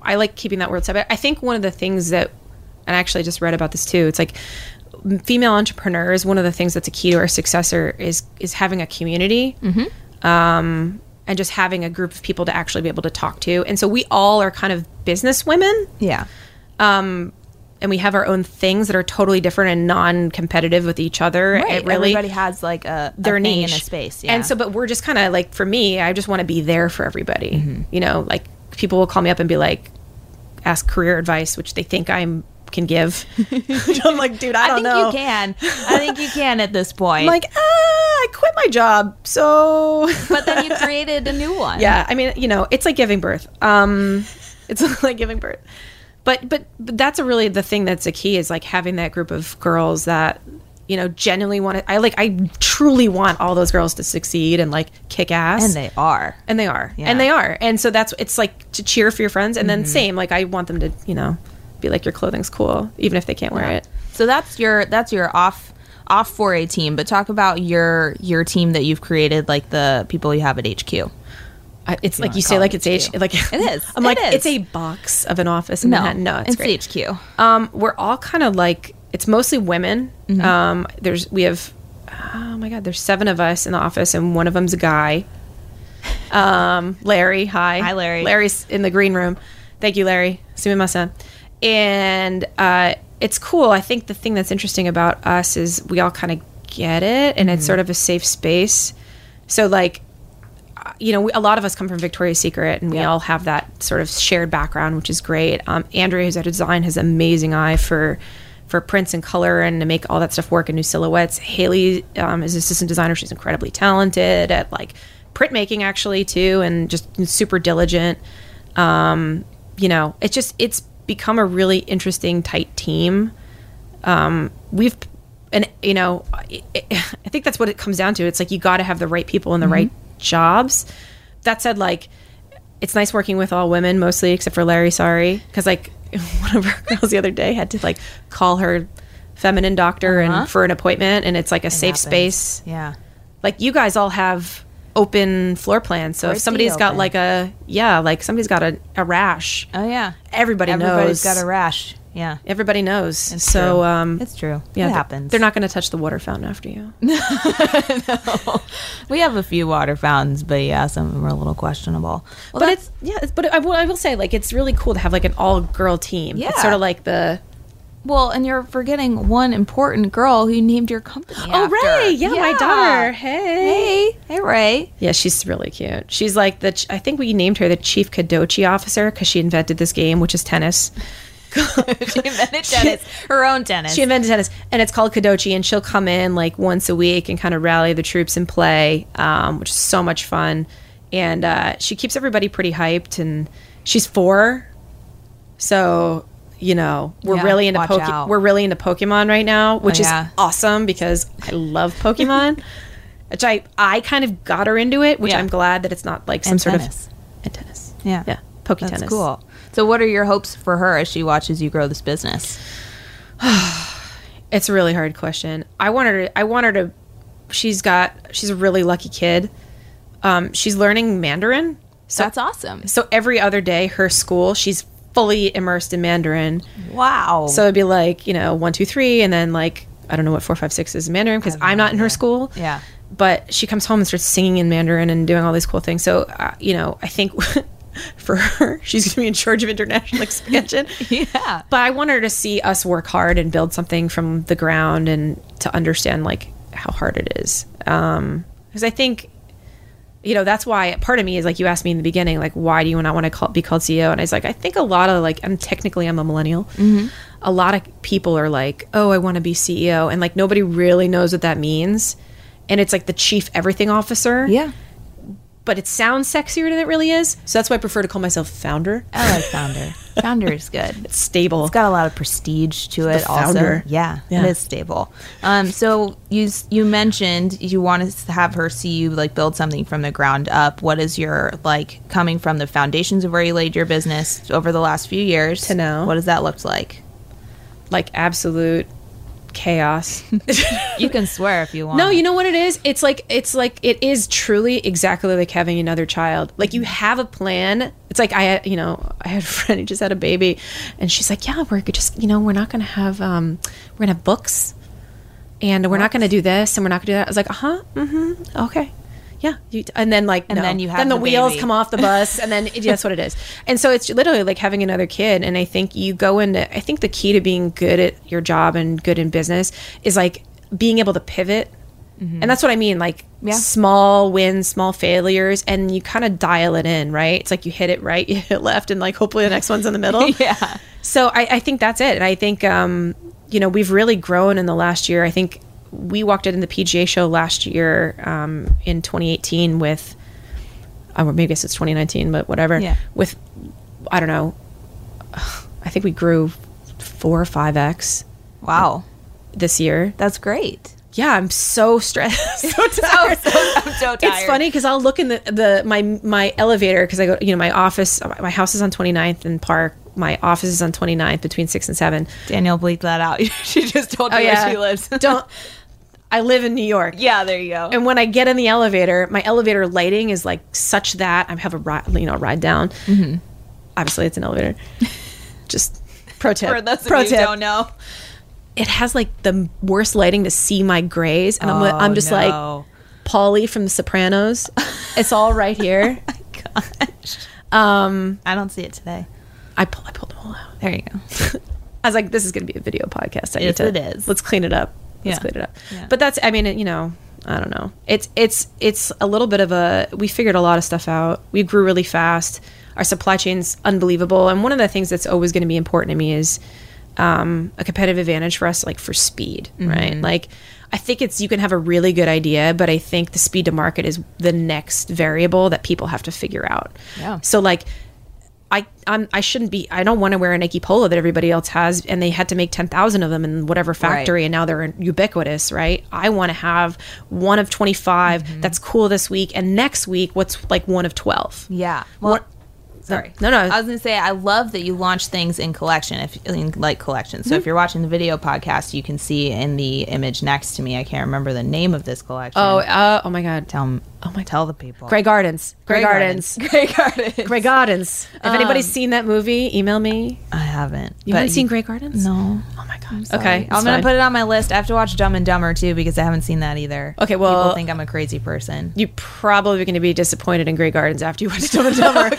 [SPEAKER 3] I like keeping that world separate. I think one of the things that, and I actually just read about this too. It's like m- female entrepreneurs. One of the things that's a key to our successor is is having a community.
[SPEAKER 2] Mm-hmm.
[SPEAKER 3] Um, and just having a group of people to actually be able to talk to. And so we all are kind of business women
[SPEAKER 2] Yeah.
[SPEAKER 3] and we have our own things that are totally different and non-competitive with each other. It really
[SPEAKER 2] Everybody has like a
[SPEAKER 3] their
[SPEAKER 2] a thing
[SPEAKER 3] niche
[SPEAKER 2] in a space. Yeah.
[SPEAKER 3] And so, but we're just kind of like, for me, I just want to be there for everybody.
[SPEAKER 2] Mm-hmm.
[SPEAKER 3] You know, like people will call me up and be like, ask career advice, which they think I'm can give. I'm like, dude, I,
[SPEAKER 2] I,
[SPEAKER 3] don't
[SPEAKER 2] think
[SPEAKER 3] know.
[SPEAKER 2] you can. I think you can at this point.
[SPEAKER 3] I'm like, ah, I quit my job, so
[SPEAKER 2] but then you created a new one.
[SPEAKER 3] yeah. I mean, you know, it's like giving birth. Um, it's like giving birth. But, but but that's a really the thing that's a key is like having that group of girls that you know genuinely want to. I like I truly want all those girls to succeed and like kick ass.
[SPEAKER 2] And they are.
[SPEAKER 3] and they are and they are and so that's it's like to cheer for your friends and then same like i want them to you know be like your clothing's cool even if they can't wear it
[SPEAKER 2] So that's your that's your off off for a team. But talk about your your team that you've created, like the people you have at HQ.
[SPEAKER 3] I, it's like
[SPEAKER 2] wanna
[SPEAKER 3] you say
[SPEAKER 2] call
[SPEAKER 3] like
[SPEAKER 2] it
[SPEAKER 3] it's h
[SPEAKER 2] HQ.
[SPEAKER 3] like
[SPEAKER 2] It is.
[SPEAKER 3] i'm
[SPEAKER 2] It
[SPEAKER 3] like
[SPEAKER 2] is.
[SPEAKER 3] it's a box of an office in no, Manhattan. no it's,
[SPEAKER 2] it's
[SPEAKER 3] great
[SPEAKER 2] HQ.
[SPEAKER 3] um we're all kind of like it's mostly women
[SPEAKER 2] Mm-hmm.
[SPEAKER 3] um there's we have oh my god there's seven of us in the office and one of them's a guy um larry hi
[SPEAKER 2] Hi, Larry.
[SPEAKER 3] larry's in the green room thank you larry sumi masan and uh it's cool i think the thing that's interesting about us is we all kind of get it and
[SPEAKER 2] Mm-hmm.
[SPEAKER 3] it's sort of a safe space so like you know, we, a lot of us come from Victoria's Secret, and we all have that sort of shared background, which is great. Um, Andrea, who's at design, has an amazing eye for for prints and color, and to make all that stuff work and new silhouettes. Haley um, is assistant designer; she's incredibly talented at like printmaking, actually, too, and just super diligent. Um, you know, it's just it's become a really interesting, tight team Um, we've and you know i i think that's what it comes down to it's like you got to have the right people in the right
[SPEAKER 2] Mm-hmm.
[SPEAKER 3] jobs that said like it's nice working with all women mostly except for larry sorry because like one of our girls the other day had to like call her feminine doctor
[SPEAKER 2] Uh-huh.
[SPEAKER 3] and for an appointment and it's like a safe
[SPEAKER 2] happens.
[SPEAKER 3] space
[SPEAKER 2] Yeah.
[SPEAKER 3] like you guys all have open floor plans so if
[SPEAKER 2] Pretty
[SPEAKER 3] somebody's got
[SPEAKER 2] open.
[SPEAKER 3] like a yeah like somebody's got a, a rash
[SPEAKER 2] Oh yeah.
[SPEAKER 3] everybody
[SPEAKER 2] Everybody's
[SPEAKER 3] knows
[SPEAKER 2] got a rash. Yeah.
[SPEAKER 3] everybody knows
[SPEAKER 2] It's
[SPEAKER 3] so
[SPEAKER 2] true.
[SPEAKER 3] um
[SPEAKER 2] It's true.
[SPEAKER 3] yeah
[SPEAKER 2] it
[SPEAKER 3] they're-
[SPEAKER 2] happens.
[SPEAKER 3] they're not going to touch the water fountain after you
[SPEAKER 2] We have a few water fountains, but yeah, some of them are a little questionable. Well,
[SPEAKER 3] but it's yeah. It's, but I will, I will say like it's really cool to have like an all girl team.
[SPEAKER 2] Yeah.
[SPEAKER 3] It's sort of like the
[SPEAKER 2] Well, and you're forgetting one important girl who named your company.
[SPEAKER 3] oh
[SPEAKER 2] after.
[SPEAKER 3] Ray, yeah, my daughter. Hey.
[SPEAKER 2] Hey, hey, Ray.
[SPEAKER 3] Yeah, she's really cute. She's like the ch- I think we named her the chief Kadochi officer because she invented this game, which is tennis.
[SPEAKER 2] she invented tennis, her own tennis.
[SPEAKER 3] She invented tennis, and it's called Kadochi, and she'll come in like once a week and kind of rally the troops and play, um, which is so much fun. And uh, she keeps everybody pretty hyped, and she's four, so you know we're
[SPEAKER 2] Yeah,
[SPEAKER 3] really into
[SPEAKER 2] watch
[SPEAKER 3] Pokemon.
[SPEAKER 2] out.
[SPEAKER 3] We're really into Pokemon right now, which
[SPEAKER 2] yeah.
[SPEAKER 3] is awesome because I love Pokemon. which I I kind of got her into it, which
[SPEAKER 2] Yeah.
[SPEAKER 3] I'm glad that it's not like some
[SPEAKER 2] And
[SPEAKER 3] sort
[SPEAKER 2] tennis.
[SPEAKER 3] of and tennis.
[SPEAKER 2] yeah,
[SPEAKER 3] Yeah, Poke
[SPEAKER 2] That's
[SPEAKER 3] tennis.
[SPEAKER 2] cool. So, what are your hopes for her as she watches you grow this business?
[SPEAKER 3] It's a really hard question. I want her to. I want her to. She's got. She's a really lucky kid. Um, she's learning Mandarin. So
[SPEAKER 2] That's awesome.
[SPEAKER 3] so every other day, her school, she's fully immersed in Mandarin.
[SPEAKER 2] Wow.
[SPEAKER 3] So it'd be like you know one two three, and then like I don't know what four five six is in Mandarin because I'm not in her school.
[SPEAKER 2] Yeah.
[SPEAKER 3] But she comes home and starts singing in Mandarin and doing all these cool things. So uh, you know, I think for her, she's gonna be in charge of international expansion.
[SPEAKER 2] yeah.
[SPEAKER 3] But I want her to see us work hard and build something from the ground and to understand like how hard it is. Because I think, you know, that's why part of me is like you asked me in the beginning, like why do you not want to call, be called CEO? And I was like, I think a lot of like I'm technically I'm a millennial.
[SPEAKER 2] Mm-hmm.
[SPEAKER 3] A E lot of people are like, oh, I want to be CEO, and like nobody really knows what that means. and it's like the chief everything officer.
[SPEAKER 4] Yeah.
[SPEAKER 3] But it sounds sexier than it really is. So that's why I prefer to call myself founder.
[SPEAKER 2] I like founder. founder is good.
[SPEAKER 3] It's stable.
[SPEAKER 2] It's got a lot of prestige to it. Also,
[SPEAKER 3] founder.
[SPEAKER 2] yeah,
[SPEAKER 3] Yeah.
[SPEAKER 2] it is stable. Um, so you s- you mentioned you want us to have her see you like build something from the ground up. What is your like coming from the foundations of where you laid your business over the last few years
[SPEAKER 3] To now.
[SPEAKER 2] What has that looked like?
[SPEAKER 3] like absolute chaos.
[SPEAKER 2] You can swear if you want.
[SPEAKER 3] No, you know what it is? It's like it's like it is truly exactly like having another child. Like you have a plan. It's like I had- you know, I had a friend who just had a baby and she's like, "Yeah, we're just, you know, we're not going to have um we're going to have books and we're not going to do this and we're not going to do that." I was like, "Uh-huh. Mhm. Okay." Yeah, you, and then like and
[SPEAKER 2] then you have
[SPEAKER 3] then the,
[SPEAKER 2] the
[SPEAKER 3] wheels
[SPEAKER 2] baby.
[SPEAKER 3] come off the bus and then it, that's what it is. And so it's literally like having another kid and I think you go into I think the key to being good at your job and good in business is like being able to pivot. And that's what I mean like
[SPEAKER 2] Mm-hmm. Yeah.
[SPEAKER 3] small wins, small failures and you kind of dial it in, right? It's like you hit it right, you hit it left and like hopefully the next one's in the middle.
[SPEAKER 2] yeah.
[SPEAKER 3] So I, I think that's it. And I think, um, you know, we've really grown in the last year. I think we walked in the PGA show last year um, in 2018 with, uh, or maybe I guess it's 2019, but whatever.
[SPEAKER 2] Yeah.
[SPEAKER 3] With, I don't know, I think we grew four or five X
[SPEAKER 2] Wow,
[SPEAKER 3] this year.
[SPEAKER 2] that's great.
[SPEAKER 3] Yeah, I'm so stressed. so
[SPEAKER 2] Oh,
[SPEAKER 3] tired.
[SPEAKER 2] so, I'm so tired.
[SPEAKER 3] It's funny because I'll look in the, the my my elevator because I go you know my office my house is on 29th and Park my office is on 29th between six and seven
[SPEAKER 2] Danielle bleeped that out. she just told you where she lives.
[SPEAKER 3] Don't. I live in New York.
[SPEAKER 2] yeah, there you go.
[SPEAKER 3] And when I get in the elevator, my elevator lighting is like such that I have a ride, you know, ride down.
[SPEAKER 2] Mm-hmm.
[SPEAKER 3] Obviously, it's an elevator. Just pro tip.
[SPEAKER 2] For those of
[SPEAKER 3] pro
[SPEAKER 2] you who
[SPEAKER 3] tip.
[SPEAKER 2] don't know,
[SPEAKER 3] It has like the worst lighting to see my grays, and I'm, li- I'm
[SPEAKER 2] Oh,
[SPEAKER 3] just
[SPEAKER 2] no.
[SPEAKER 3] like Polly from The Sopranos. it's all right here.
[SPEAKER 2] I don't see it today.
[SPEAKER 3] I pull, I pulled them all out.
[SPEAKER 2] There you go.
[SPEAKER 3] I was like, this is going to be a video podcast. I need
[SPEAKER 2] Yes,
[SPEAKER 3] to,
[SPEAKER 2] it is.
[SPEAKER 3] Let's clean it up. Let's
[SPEAKER 2] Yeah.
[SPEAKER 3] clean it up.
[SPEAKER 2] Yeah.
[SPEAKER 3] But that's, I mean, it, you know, I don't know. It's, it's, it's a little bit of a, we figured a lot of stuff out. We grew really fast. Our supply chain's unbelievable. And one of the things that's always going to be important to me is um, a competitive advantage for us, like for speed,
[SPEAKER 2] Mm-hmm.
[SPEAKER 3] right? Like, I think it's, you can have a really good idea, but I think the speed to market is the next variable that people have to figure out.
[SPEAKER 2] Yeah.
[SPEAKER 3] So like, I I'm, I shouldn't be. I don't want to wear a Nike polo that everybody else has, and they had to make ten thousand of them in whatever factory,
[SPEAKER 2] Right.
[SPEAKER 3] and now they're ubiquitous, right? I want to have one of twenty That's cool this week, and next week, what's like one of twelve?
[SPEAKER 2] Yeah. Well,
[SPEAKER 3] What-
[SPEAKER 2] sorry.
[SPEAKER 3] No, no.
[SPEAKER 2] I was gonna say I love that you launch things in collection, if in like collection. So
[SPEAKER 3] Mm-hmm.
[SPEAKER 2] if you're watching the video podcast, you can see in the image next to me. I can't remember the name of this collection.
[SPEAKER 3] Oh, uh, oh my God!
[SPEAKER 2] tell 'em- oh my, tell the people.
[SPEAKER 3] Grey Gardens, Grey Gardens,
[SPEAKER 2] Grey Gardens.
[SPEAKER 3] Grey Gardens. Um, If anybody's seen that movie, email me.
[SPEAKER 2] I haven't.
[SPEAKER 3] You haven't seen Grey Gardens?
[SPEAKER 2] No.
[SPEAKER 3] Oh my God!
[SPEAKER 2] Sorry.
[SPEAKER 3] Okay,
[SPEAKER 2] I'm gonna put it on my list. I have to watch Dumb and Dumber too because I haven't seen that either.
[SPEAKER 3] Okay, well-
[SPEAKER 2] people think I'm a crazy person.
[SPEAKER 3] You're probably going to be disappointed in Grey Gardens after you watch Dumb and Dumber.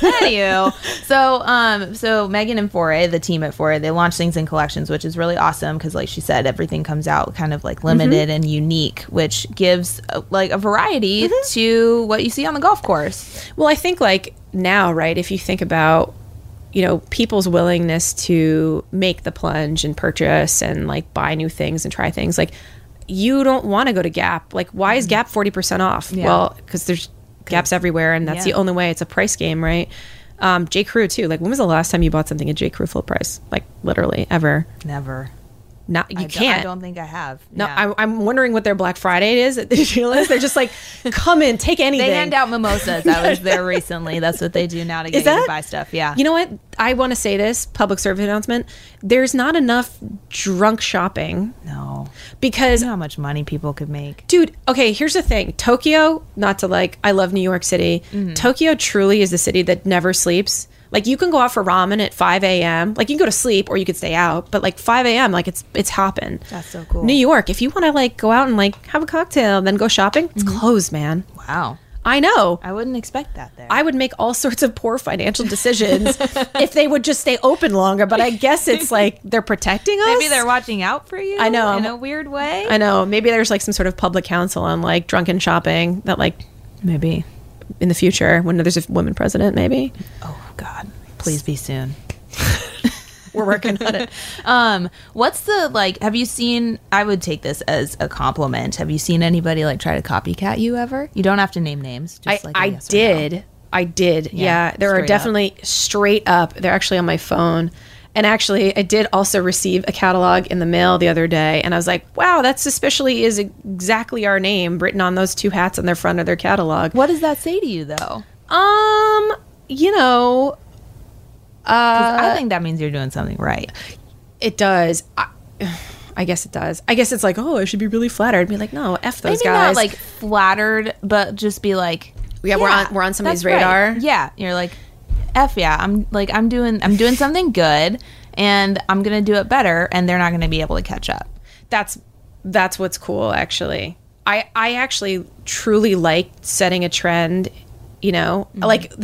[SPEAKER 2] Anywho, so um, so Megan and Foray, the team at Foray, they launch things in collections, which is really awesome because, like she said, everything comes out kind of like limited and unique, which gives uh, like a variety to what you see on the golf course.
[SPEAKER 3] Well, I think like now, right? If you think about, you know, people's willingness to make the plunge and purchase and like buy new things and try things, like you don't want to go to Gap. Like, why is Gap forty percent off?
[SPEAKER 2] Mm-hmm. Yeah.
[SPEAKER 3] Well, because there's Gaps everywhere, and that's
[SPEAKER 2] Yeah.
[SPEAKER 3] the only way. It's a price game, right? Um, J. Crew too. Like, when was the last time you bought something at J. Crew full price? Like, literally ever?
[SPEAKER 2] Never,
[SPEAKER 3] Not you
[SPEAKER 2] I don't-
[SPEAKER 3] can't.
[SPEAKER 2] I don't think I have.
[SPEAKER 3] No,
[SPEAKER 2] Yeah.
[SPEAKER 3] I, I'm wondering what their Black Friday is at the deal is. They're just like, come in, take anything.
[SPEAKER 2] they hand out mimosas. I was there recently. That's what they do now to get
[SPEAKER 3] Is that
[SPEAKER 2] you to buy stuff. Yeah,
[SPEAKER 3] You know what? I want to say this public service announcement. There's not enough drunk shopping
[SPEAKER 2] no,
[SPEAKER 3] because,
[SPEAKER 2] you know how much money people could make.
[SPEAKER 3] dude. Okay, here's the thing. Tokyo, not to like, I love New York City.
[SPEAKER 2] Mm-hmm.
[SPEAKER 3] Tokyo truly is the city that never sleeps. Like you can go out for ramen at 5 a.m. Like you can go to sleep or you could stay out, but like 5 a.m. like it's it's hopping.
[SPEAKER 2] That's so cool.
[SPEAKER 3] New York, if you want to like go out and like have a cocktail and then go shopping, it's
[SPEAKER 2] Mm-hmm.
[SPEAKER 3] closed, man.
[SPEAKER 2] Wow,
[SPEAKER 3] I know.
[SPEAKER 2] I wouldn't expect that there.
[SPEAKER 3] I would make all sorts of poor financial decisions if they would just stay open longer. But I guess it's like they're protecting us.
[SPEAKER 2] Maybe they're watching out for you.
[SPEAKER 3] I know,
[SPEAKER 2] in
[SPEAKER 3] I'm-
[SPEAKER 2] a weird way.
[SPEAKER 3] I know. Maybe there's like some sort of public council on like drunken shopping that like
[SPEAKER 2] Maybe.
[SPEAKER 3] in the future when there's a woman president, maybe.
[SPEAKER 2] Oh God! Please be soon.
[SPEAKER 3] We're working on it.
[SPEAKER 2] Um, what's the like? Have you seen? I would take this as a compliment. Have you seen anybody like try to copycat you ever? You don't have to name names.
[SPEAKER 3] I,
[SPEAKER 2] Just like a
[SPEAKER 3] I
[SPEAKER 2] yes or no.
[SPEAKER 3] did. I did. Yeah. There
[SPEAKER 2] straight
[SPEAKER 3] are
[SPEAKER 2] up.
[SPEAKER 3] definitely straight up. They're actually on my phone. And actually, I did also receive a catalog in the mail the other day. And I was like, wow, that suspiciously is exactly our name written on those two hats on their front of their catalog.
[SPEAKER 2] What does that say to you though?
[SPEAKER 3] Um, you know,
[SPEAKER 2] 'Cause I think that means you're doing something right.
[SPEAKER 3] it does. I, I guess it does. I guess it's like, oh, I should be really flattered. Be like, no, F those
[SPEAKER 2] Maybe not
[SPEAKER 3] guys.
[SPEAKER 2] like flattered, but just be like,
[SPEAKER 3] Yeah, we're on- we're on somebody's
[SPEAKER 2] that's right.
[SPEAKER 3] radar.
[SPEAKER 2] Yeah, you're like, f yeah, I'm like I'm doing I'm doing something good, and I'm gonna do it better, and they're not gonna be able to catch up.
[SPEAKER 3] that's that's what's cool actually i i actually truly like setting a trend you know like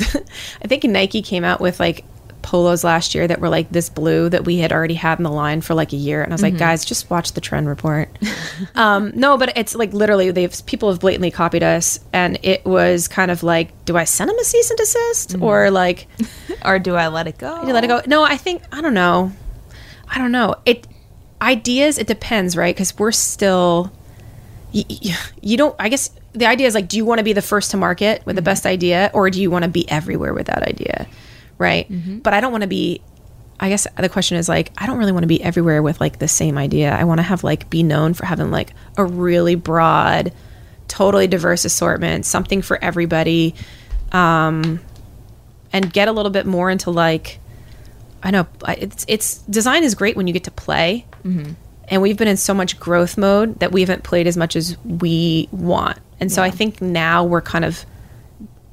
[SPEAKER 3] i think nike came out with like polos last year that were like this blue that we had already had in the line for like a year and i was like guys just watch the trend report um no but it's like literally they've people have blatantly copied us and it was kind of like do i send them a cease and desist or like
[SPEAKER 2] Or do I let it go?
[SPEAKER 3] you let it go. No, I think I don't know. I don't know. It ideas. It depends, right? Because we're still. You, you don't. I guess the idea is like, do you want to be the first to market with the best idea, or do you want to be everywhere with that idea, right? But I don't want to be. I guess the question is like, I don't really want to be everywhere with like the same idea. I want to have like be known for having like a really broad, totally diverse assortment, something for everybody and get a little bit more into like I know I- it's it's design is great when you get to play, and we've been in so much growth mode that we haven't played as much as we want, and so I think now we're kind of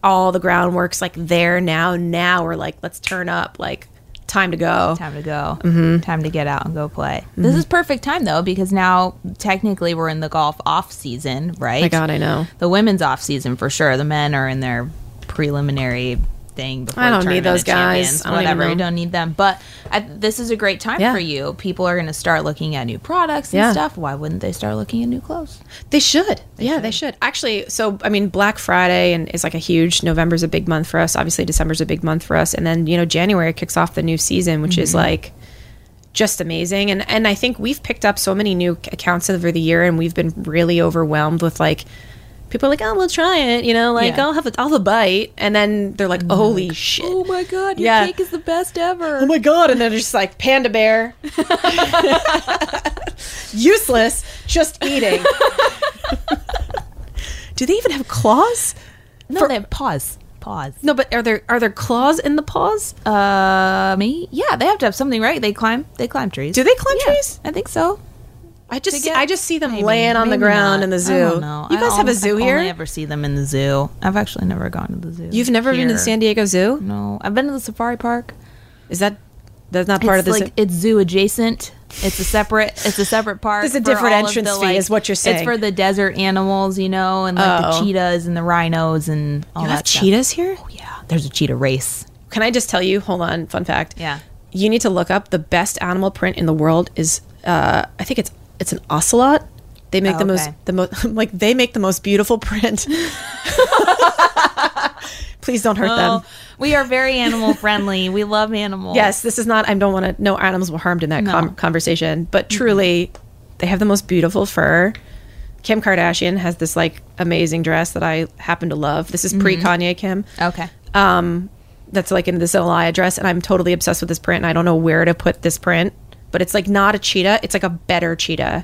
[SPEAKER 3] all the groundwork's like there now. Now we're like let's turn up, like time to go.
[SPEAKER 2] Time to go. Mm-hmm. Time to get out and go play.
[SPEAKER 3] Mm-hmm.
[SPEAKER 2] This is perfect time though because now technically we're in the golf off season, right?
[SPEAKER 3] Oh My God, I know.
[SPEAKER 2] The women's off season for sure. The men are in their preliminary thing before
[SPEAKER 3] I don't need
[SPEAKER 2] Tournament
[SPEAKER 3] those
[SPEAKER 2] of Champions,
[SPEAKER 3] guys. I don't even
[SPEAKER 2] whatever, you
[SPEAKER 3] know.
[SPEAKER 2] don't need them. But I, this is a great time
[SPEAKER 3] Yeah.
[SPEAKER 2] for you. People are going to start looking at new products and
[SPEAKER 3] Yeah.
[SPEAKER 2] stuff. Why wouldn't they start looking at new clothes?
[SPEAKER 3] They should. yeah, they should. Actually, so I mean, Black Friday and is like a huge. November's a big month for us. Obviously, December's a big month for us, and then you know January kicks off the new season, which is like just amazing. And and I think we've picked up so many new accounts over the year, and we've been really overwhelmed with like people are like, oh, we'll try it, you know, like
[SPEAKER 2] Yeah.
[SPEAKER 3] I'll have a, I'll have a bite, and then they're like, holy shit,
[SPEAKER 2] Oh my god,
[SPEAKER 3] your Yeah. cake
[SPEAKER 2] is the best ever.
[SPEAKER 3] oh my god and then just like panda bear useless just eating do they even have claws
[SPEAKER 2] no,
[SPEAKER 3] for-
[SPEAKER 2] they have pause. Pause.
[SPEAKER 3] no but are there are there claws in the paws
[SPEAKER 2] Uh, me? Yeah, they have to have something, right? They climb. They climb trees.
[SPEAKER 3] do they climb
[SPEAKER 2] Yeah,
[SPEAKER 3] trees
[SPEAKER 2] I think so.
[SPEAKER 3] i just
[SPEAKER 2] get-
[SPEAKER 3] i just see them
[SPEAKER 2] Maybe.
[SPEAKER 3] laying on the
[SPEAKER 2] Maybe
[SPEAKER 3] ground
[SPEAKER 2] not.
[SPEAKER 3] in the zoo
[SPEAKER 2] I don't know.
[SPEAKER 3] you
[SPEAKER 2] I
[SPEAKER 3] guys have a
[SPEAKER 2] only-
[SPEAKER 3] zoo
[SPEAKER 2] I
[SPEAKER 3] here
[SPEAKER 2] only ever see them in the zoo. I've actually never gone to the zoo.
[SPEAKER 3] you've never been to
[SPEAKER 2] here.
[SPEAKER 3] the san diego zoo
[SPEAKER 2] No, I've been to the safari park.
[SPEAKER 3] is that that's not part
[SPEAKER 2] it's
[SPEAKER 3] of the zoo
[SPEAKER 2] like it's zoo adjacent. It's a separate. It's a separate park.
[SPEAKER 3] There's a
[SPEAKER 2] for
[SPEAKER 3] different
[SPEAKER 2] all of
[SPEAKER 3] entrance
[SPEAKER 2] the,
[SPEAKER 3] fee,
[SPEAKER 2] like-
[SPEAKER 3] is what you're saying.
[SPEAKER 2] It's for the desert animals, you know, and like
[SPEAKER 3] Oh.
[SPEAKER 2] the cheetahs and the rhinos and all
[SPEAKER 3] you
[SPEAKER 2] that.
[SPEAKER 3] have
[SPEAKER 2] stuff.
[SPEAKER 3] cheetahs here
[SPEAKER 2] Yeah, there's a cheetah race.
[SPEAKER 3] can i just tell you hold on fun fact
[SPEAKER 2] Yeah.
[SPEAKER 3] you need to look up the best animal print in the world is uh, I think it's it's an ocelot. They make
[SPEAKER 2] Oh,
[SPEAKER 3] the
[SPEAKER 2] okay.
[SPEAKER 3] most the most like they make the most beautiful print. Please don't hurt them.
[SPEAKER 2] Well, we are very animal friendly. We love animals.
[SPEAKER 3] Yes, this is not. I don't want to. No animals were harmed in that com- conversation. But truly, they have the most beautiful fur. Kim Kardashian has this like amazing dress that I happen to love. This is
[SPEAKER 2] Mm-hmm.
[SPEAKER 3] pre Kanye Kim.
[SPEAKER 2] Okay.
[SPEAKER 3] that's like in this Elia dress, and I'm totally obsessed with this print, and I don't know where to put this print, but it's like not a cheetah. It's like a better cheetah.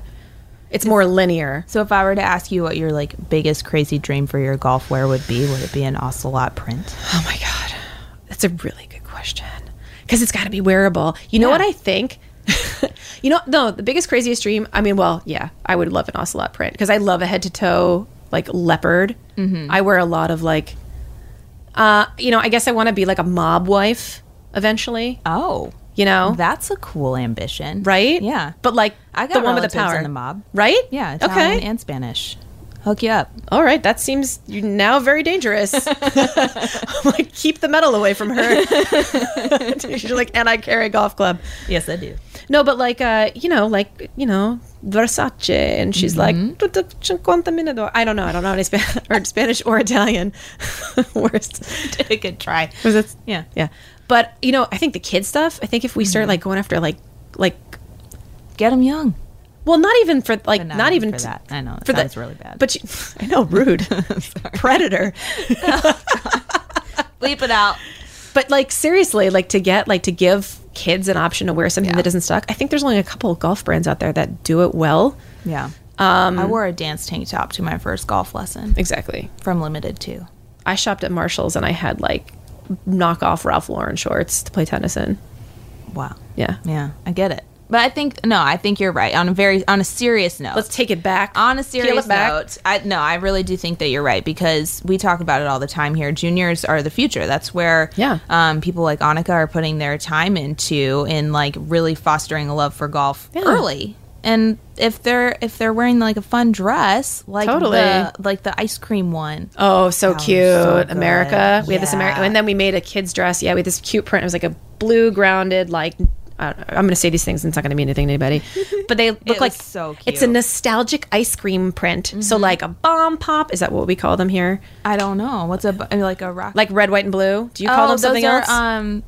[SPEAKER 3] It's more linear.
[SPEAKER 2] So if I were to ask you what your like biggest crazy dream for your golf wear would be, would it be an ocelot print?
[SPEAKER 3] Oh my God. That's a really good question. Because it's got to be wearable. You know what I think? you know, no, the biggest, craziest dream. I mean, well, yeah, I would love an ocelot print because I love a head to toe, like leopard.
[SPEAKER 2] Mm-hmm.
[SPEAKER 3] I wear a lot of like, uh, you know, I guess I want to be like a mob wife eventually,
[SPEAKER 2] Oh,
[SPEAKER 3] you know?
[SPEAKER 2] that's a cool ambition,
[SPEAKER 3] right?
[SPEAKER 2] Yeah,
[SPEAKER 3] But like
[SPEAKER 2] I got
[SPEAKER 3] the one with the
[SPEAKER 2] relatives
[SPEAKER 3] power
[SPEAKER 2] in the mob.
[SPEAKER 3] right?
[SPEAKER 2] yeah, Italian
[SPEAKER 3] Okay.
[SPEAKER 2] and Spanish. Hook you up.
[SPEAKER 3] All right. That seems you're now very dangerous. like keep the metal away from her. you're like, and I carry a golf club.
[SPEAKER 2] Yes, I do.
[SPEAKER 3] No, but like, uh, you know, like, you know, Versace, and she's
[SPEAKER 2] Mm-hmm.
[SPEAKER 3] like, "Tutto cinquanta minuto." I don't know. I don't know any Spanish or Spanish or Italian. Worst.
[SPEAKER 2] Take a try.
[SPEAKER 3] Was it?
[SPEAKER 2] Yeah.
[SPEAKER 3] Yeah. But you know, I think the kid stuff. I think if we start
[SPEAKER 2] Mm-hmm.
[SPEAKER 3] like going after like like
[SPEAKER 2] Get them young.
[SPEAKER 3] well, not even for like
[SPEAKER 2] But no,
[SPEAKER 3] not even
[SPEAKER 2] for
[SPEAKER 3] t-
[SPEAKER 2] that. I know, that
[SPEAKER 3] for
[SPEAKER 2] sounds
[SPEAKER 3] the-
[SPEAKER 2] really bad.
[SPEAKER 3] But you, I know rude predator.
[SPEAKER 2] Leap it out.
[SPEAKER 3] But like seriously, like to get like to give kids an option to wear something that doesn't suck. I think there's only a couple of golf brands out there that do it well.
[SPEAKER 2] Yeah.
[SPEAKER 3] Um,
[SPEAKER 2] I wore a dance tank top to my first golf lesson
[SPEAKER 3] exactly.
[SPEAKER 2] from Limited 2.
[SPEAKER 3] I shopped at Marshalls and I had like knockoff Ralph Lauren shorts to play tennis in.
[SPEAKER 2] Wow.
[SPEAKER 3] Yeah.
[SPEAKER 2] Yeah, I get it. But I think no, I think you're right. On a very on a serious note.
[SPEAKER 3] Let's take it back.
[SPEAKER 2] on a
[SPEAKER 3] Peel it
[SPEAKER 2] serious
[SPEAKER 3] back.
[SPEAKER 2] note, I no, I really do think that you're right because we talk about it all the time here. Juniors are the future. That's where
[SPEAKER 3] Yeah.
[SPEAKER 2] um, people like Annika are putting their time into in like really fostering a love for golf
[SPEAKER 3] Yeah.
[SPEAKER 2] early. And if they're if they're wearing like a fun dress, like
[SPEAKER 3] Totally.
[SPEAKER 2] the, like the ice cream one,
[SPEAKER 3] Oh, so
[SPEAKER 2] was
[SPEAKER 3] cute.
[SPEAKER 2] so good.
[SPEAKER 3] America. We had this America.
[SPEAKER 2] Yeah.
[SPEAKER 3] And then we made a kid's dress. Yeah, we had this cute print. It was like a blue grounded, like, I don't know. I'm going to say these things and it's not going to mean anything to anybody. But they look
[SPEAKER 2] was
[SPEAKER 3] like
[SPEAKER 2] so
[SPEAKER 3] It's a
[SPEAKER 2] cute. Mm-hmm.
[SPEAKER 3] nostalgic ice cream print. So, like a bomb pop. Is that what we call them here?
[SPEAKER 2] I don't know what's a bu- like a rock
[SPEAKER 3] Like red, white, and blue. Do you call
[SPEAKER 2] Oh,
[SPEAKER 3] them something
[SPEAKER 2] those are,
[SPEAKER 3] else?
[SPEAKER 2] Um,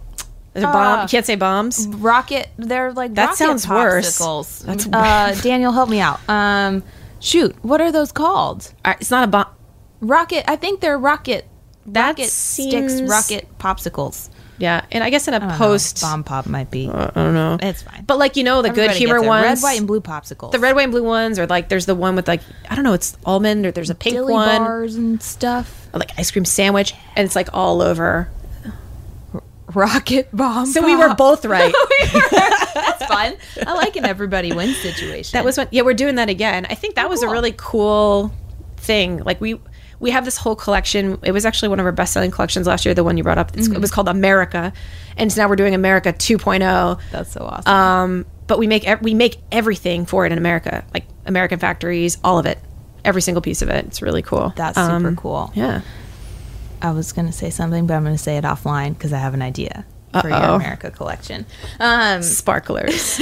[SPEAKER 3] Is it bomb?
[SPEAKER 2] ah.
[SPEAKER 3] You can't say bombs.
[SPEAKER 2] rocket they're like
[SPEAKER 3] That
[SPEAKER 2] rocket
[SPEAKER 3] sounds worse.
[SPEAKER 2] popsicles.
[SPEAKER 3] That's
[SPEAKER 2] uh daniel help me out um shoot what are those called
[SPEAKER 3] Uh, It's not a bomb.
[SPEAKER 2] rocket i think they're rocket
[SPEAKER 3] That
[SPEAKER 2] rocket sticks
[SPEAKER 3] seems-
[SPEAKER 2] rocket popsicles
[SPEAKER 3] Yeah. And I guess in a
[SPEAKER 2] I don't know.
[SPEAKER 3] post.
[SPEAKER 2] Uh-huh. bomb pop might be
[SPEAKER 3] I don't know.
[SPEAKER 2] it's fine
[SPEAKER 3] But, like, you know, the
[SPEAKER 2] Everybody
[SPEAKER 3] good humor
[SPEAKER 2] gets it.
[SPEAKER 3] ones.
[SPEAKER 2] red white and blue popsicles
[SPEAKER 3] the red, white, and blue ones, or like there's the one with like I don't know, it's almond, or there's a pink
[SPEAKER 2] dilly
[SPEAKER 3] one.
[SPEAKER 2] bars and stuff
[SPEAKER 3] like ice cream sandwich, and it's like all over.
[SPEAKER 2] rocket bomb
[SPEAKER 3] So we were
[SPEAKER 2] pop.
[SPEAKER 3] both right.
[SPEAKER 2] that's fun i like an everybody wins situation
[SPEAKER 3] that was when yeah, we're doing that again. I think that was
[SPEAKER 2] Oh, cool.
[SPEAKER 3] a really cool thing. Like we we have this whole collection. It was actually one of our best selling collections last year. The one you brought up, It's-
[SPEAKER 2] Mm-hmm.
[SPEAKER 3] it was called America, and so now we're doing America 2.0.
[SPEAKER 2] that's so awesome
[SPEAKER 3] Um, but we make ev- we make everything for it in America, like American factories, all of it, every single piece of it. It's really cool.
[SPEAKER 2] that's super
[SPEAKER 3] Um,
[SPEAKER 2] cool
[SPEAKER 3] Yeah.
[SPEAKER 2] I was going to say something, but I'm going to say it offline because I have an idea for your
[SPEAKER 3] Uh-oh.
[SPEAKER 2] America collection. Um,
[SPEAKER 3] Sparklers.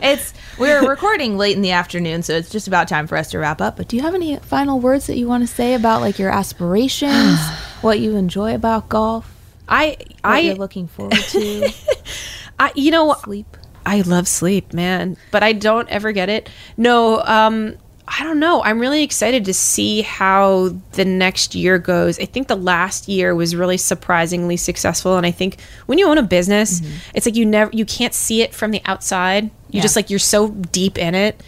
[SPEAKER 2] it's we're recording late in the afternoon, so it's just about time for us to wrap up. But do you have any final words that you want to say about like your aspirations, what you enjoy about golf,
[SPEAKER 3] I
[SPEAKER 2] what
[SPEAKER 3] I,
[SPEAKER 2] you're looking forward to,
[SPEAKER 3] I you know
[SPEAKER 2] sleep?
[SPEAKER 3] I love sleep, man, but I don't ever get it. No, um, I don't know. I'm really excited to see how the next year goes. I think the last year was really surprisingly successful, and I think when you own a business, it's like you never you can't see it from the outside. You just like you're so deep in it.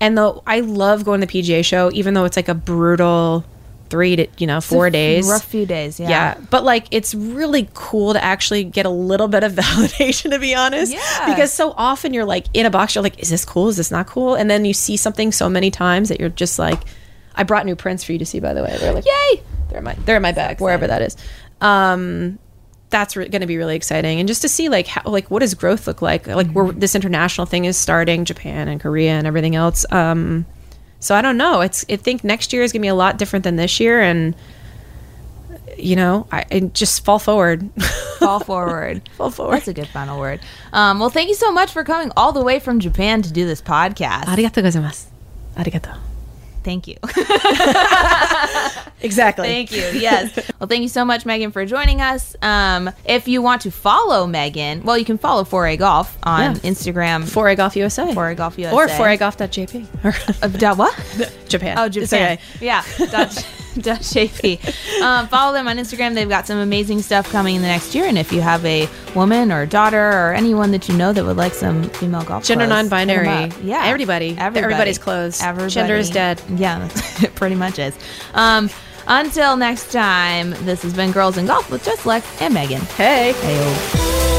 [SPEAKER 3] And though I love going to the PGA show, even though it's like a brutal three to you know four days,
[SPEAKER 2] rough few days. Yeah.
[SPEAKER 3] yeah. But like it's really cool to actually get a little bit of validation to be honest.
[SPEAKER 2] Yeah.
[SPEAKER 3] Because so often you're like in a box, you're like, is this cool? Is this not cool? And then you see something so many times that you're just like, I brought new prints for you to see, by the way. They're like,
[SPEAKER 2] Yay!
[SPEAKER 3] They're in my they're in my bag, wherever that is. Um that's re- going to be really exciting, and just to see like how like what does growth look like? Like where this international thing is starting, Japan and Korea and everything else. Um, so I don't know. It's I think next year is going to be a lot different than this year, and you know, I and just fall forward.
[SPEAKER 2] Fall forward.
[SPEAKER 3] fall forward.
[SPEAKER 2] That's a good final word. Um, well, thank you so much for coming all the way from Japan to do this podcast.
[SPEAKER 3] Arigato gozaimasu. Arigato.
[SPEAKER 2] Thank you.
[SPEAKER 3] Exactly.
[SPEAKER 2] Thank you. Yes. well, thank you so much, Megan, for joining us. Um, if you want to follow Megan, well, you can follow 4A Golf on
[SPEAKER 3] Yeah.
[SPEAKER 2] Instagram. For-
[SPEAKER 3] Foray Golf USA.
[SPEAKER 2] 4A Golf USA.
[SPEAKER 3] Or foraygolf.jp. Or
[SPEAKER 2] Uh, da- what?
[SPEAKER 3] Japan.
[SPEAKER 2] Oh,
[SPEAKER 3] It's
[SPEAKER 2] Japan.
[SPEAKER 3] okay.
[SPEAKER 2] Yeah. Dutch, Dutch AP. Um, follow them on Instagram. They've got some amazing stuff coming in the next year. And if you have a woman or daughter or anyone that you know that would like some female golf,
[SPEAKER 3] Gender
[SPEAKER 2] clothes, hit 'em
[SPEAKER 3] non-binary.
[SPEAKER 2] up. Yeah.
[SPEAKER 3] Everybody. Everybody's clothes.
[SPEAKER 2] Everybody.
[SPEAKER 3] Gender is dead.
[SPEAKER 2] Yeah. that's- It pretty much is. Um, until next time, this has been Girls in Golf with just Lex and Megan.
[SPEAKER 3] Hey.
[SPEAKER 2] Ayo.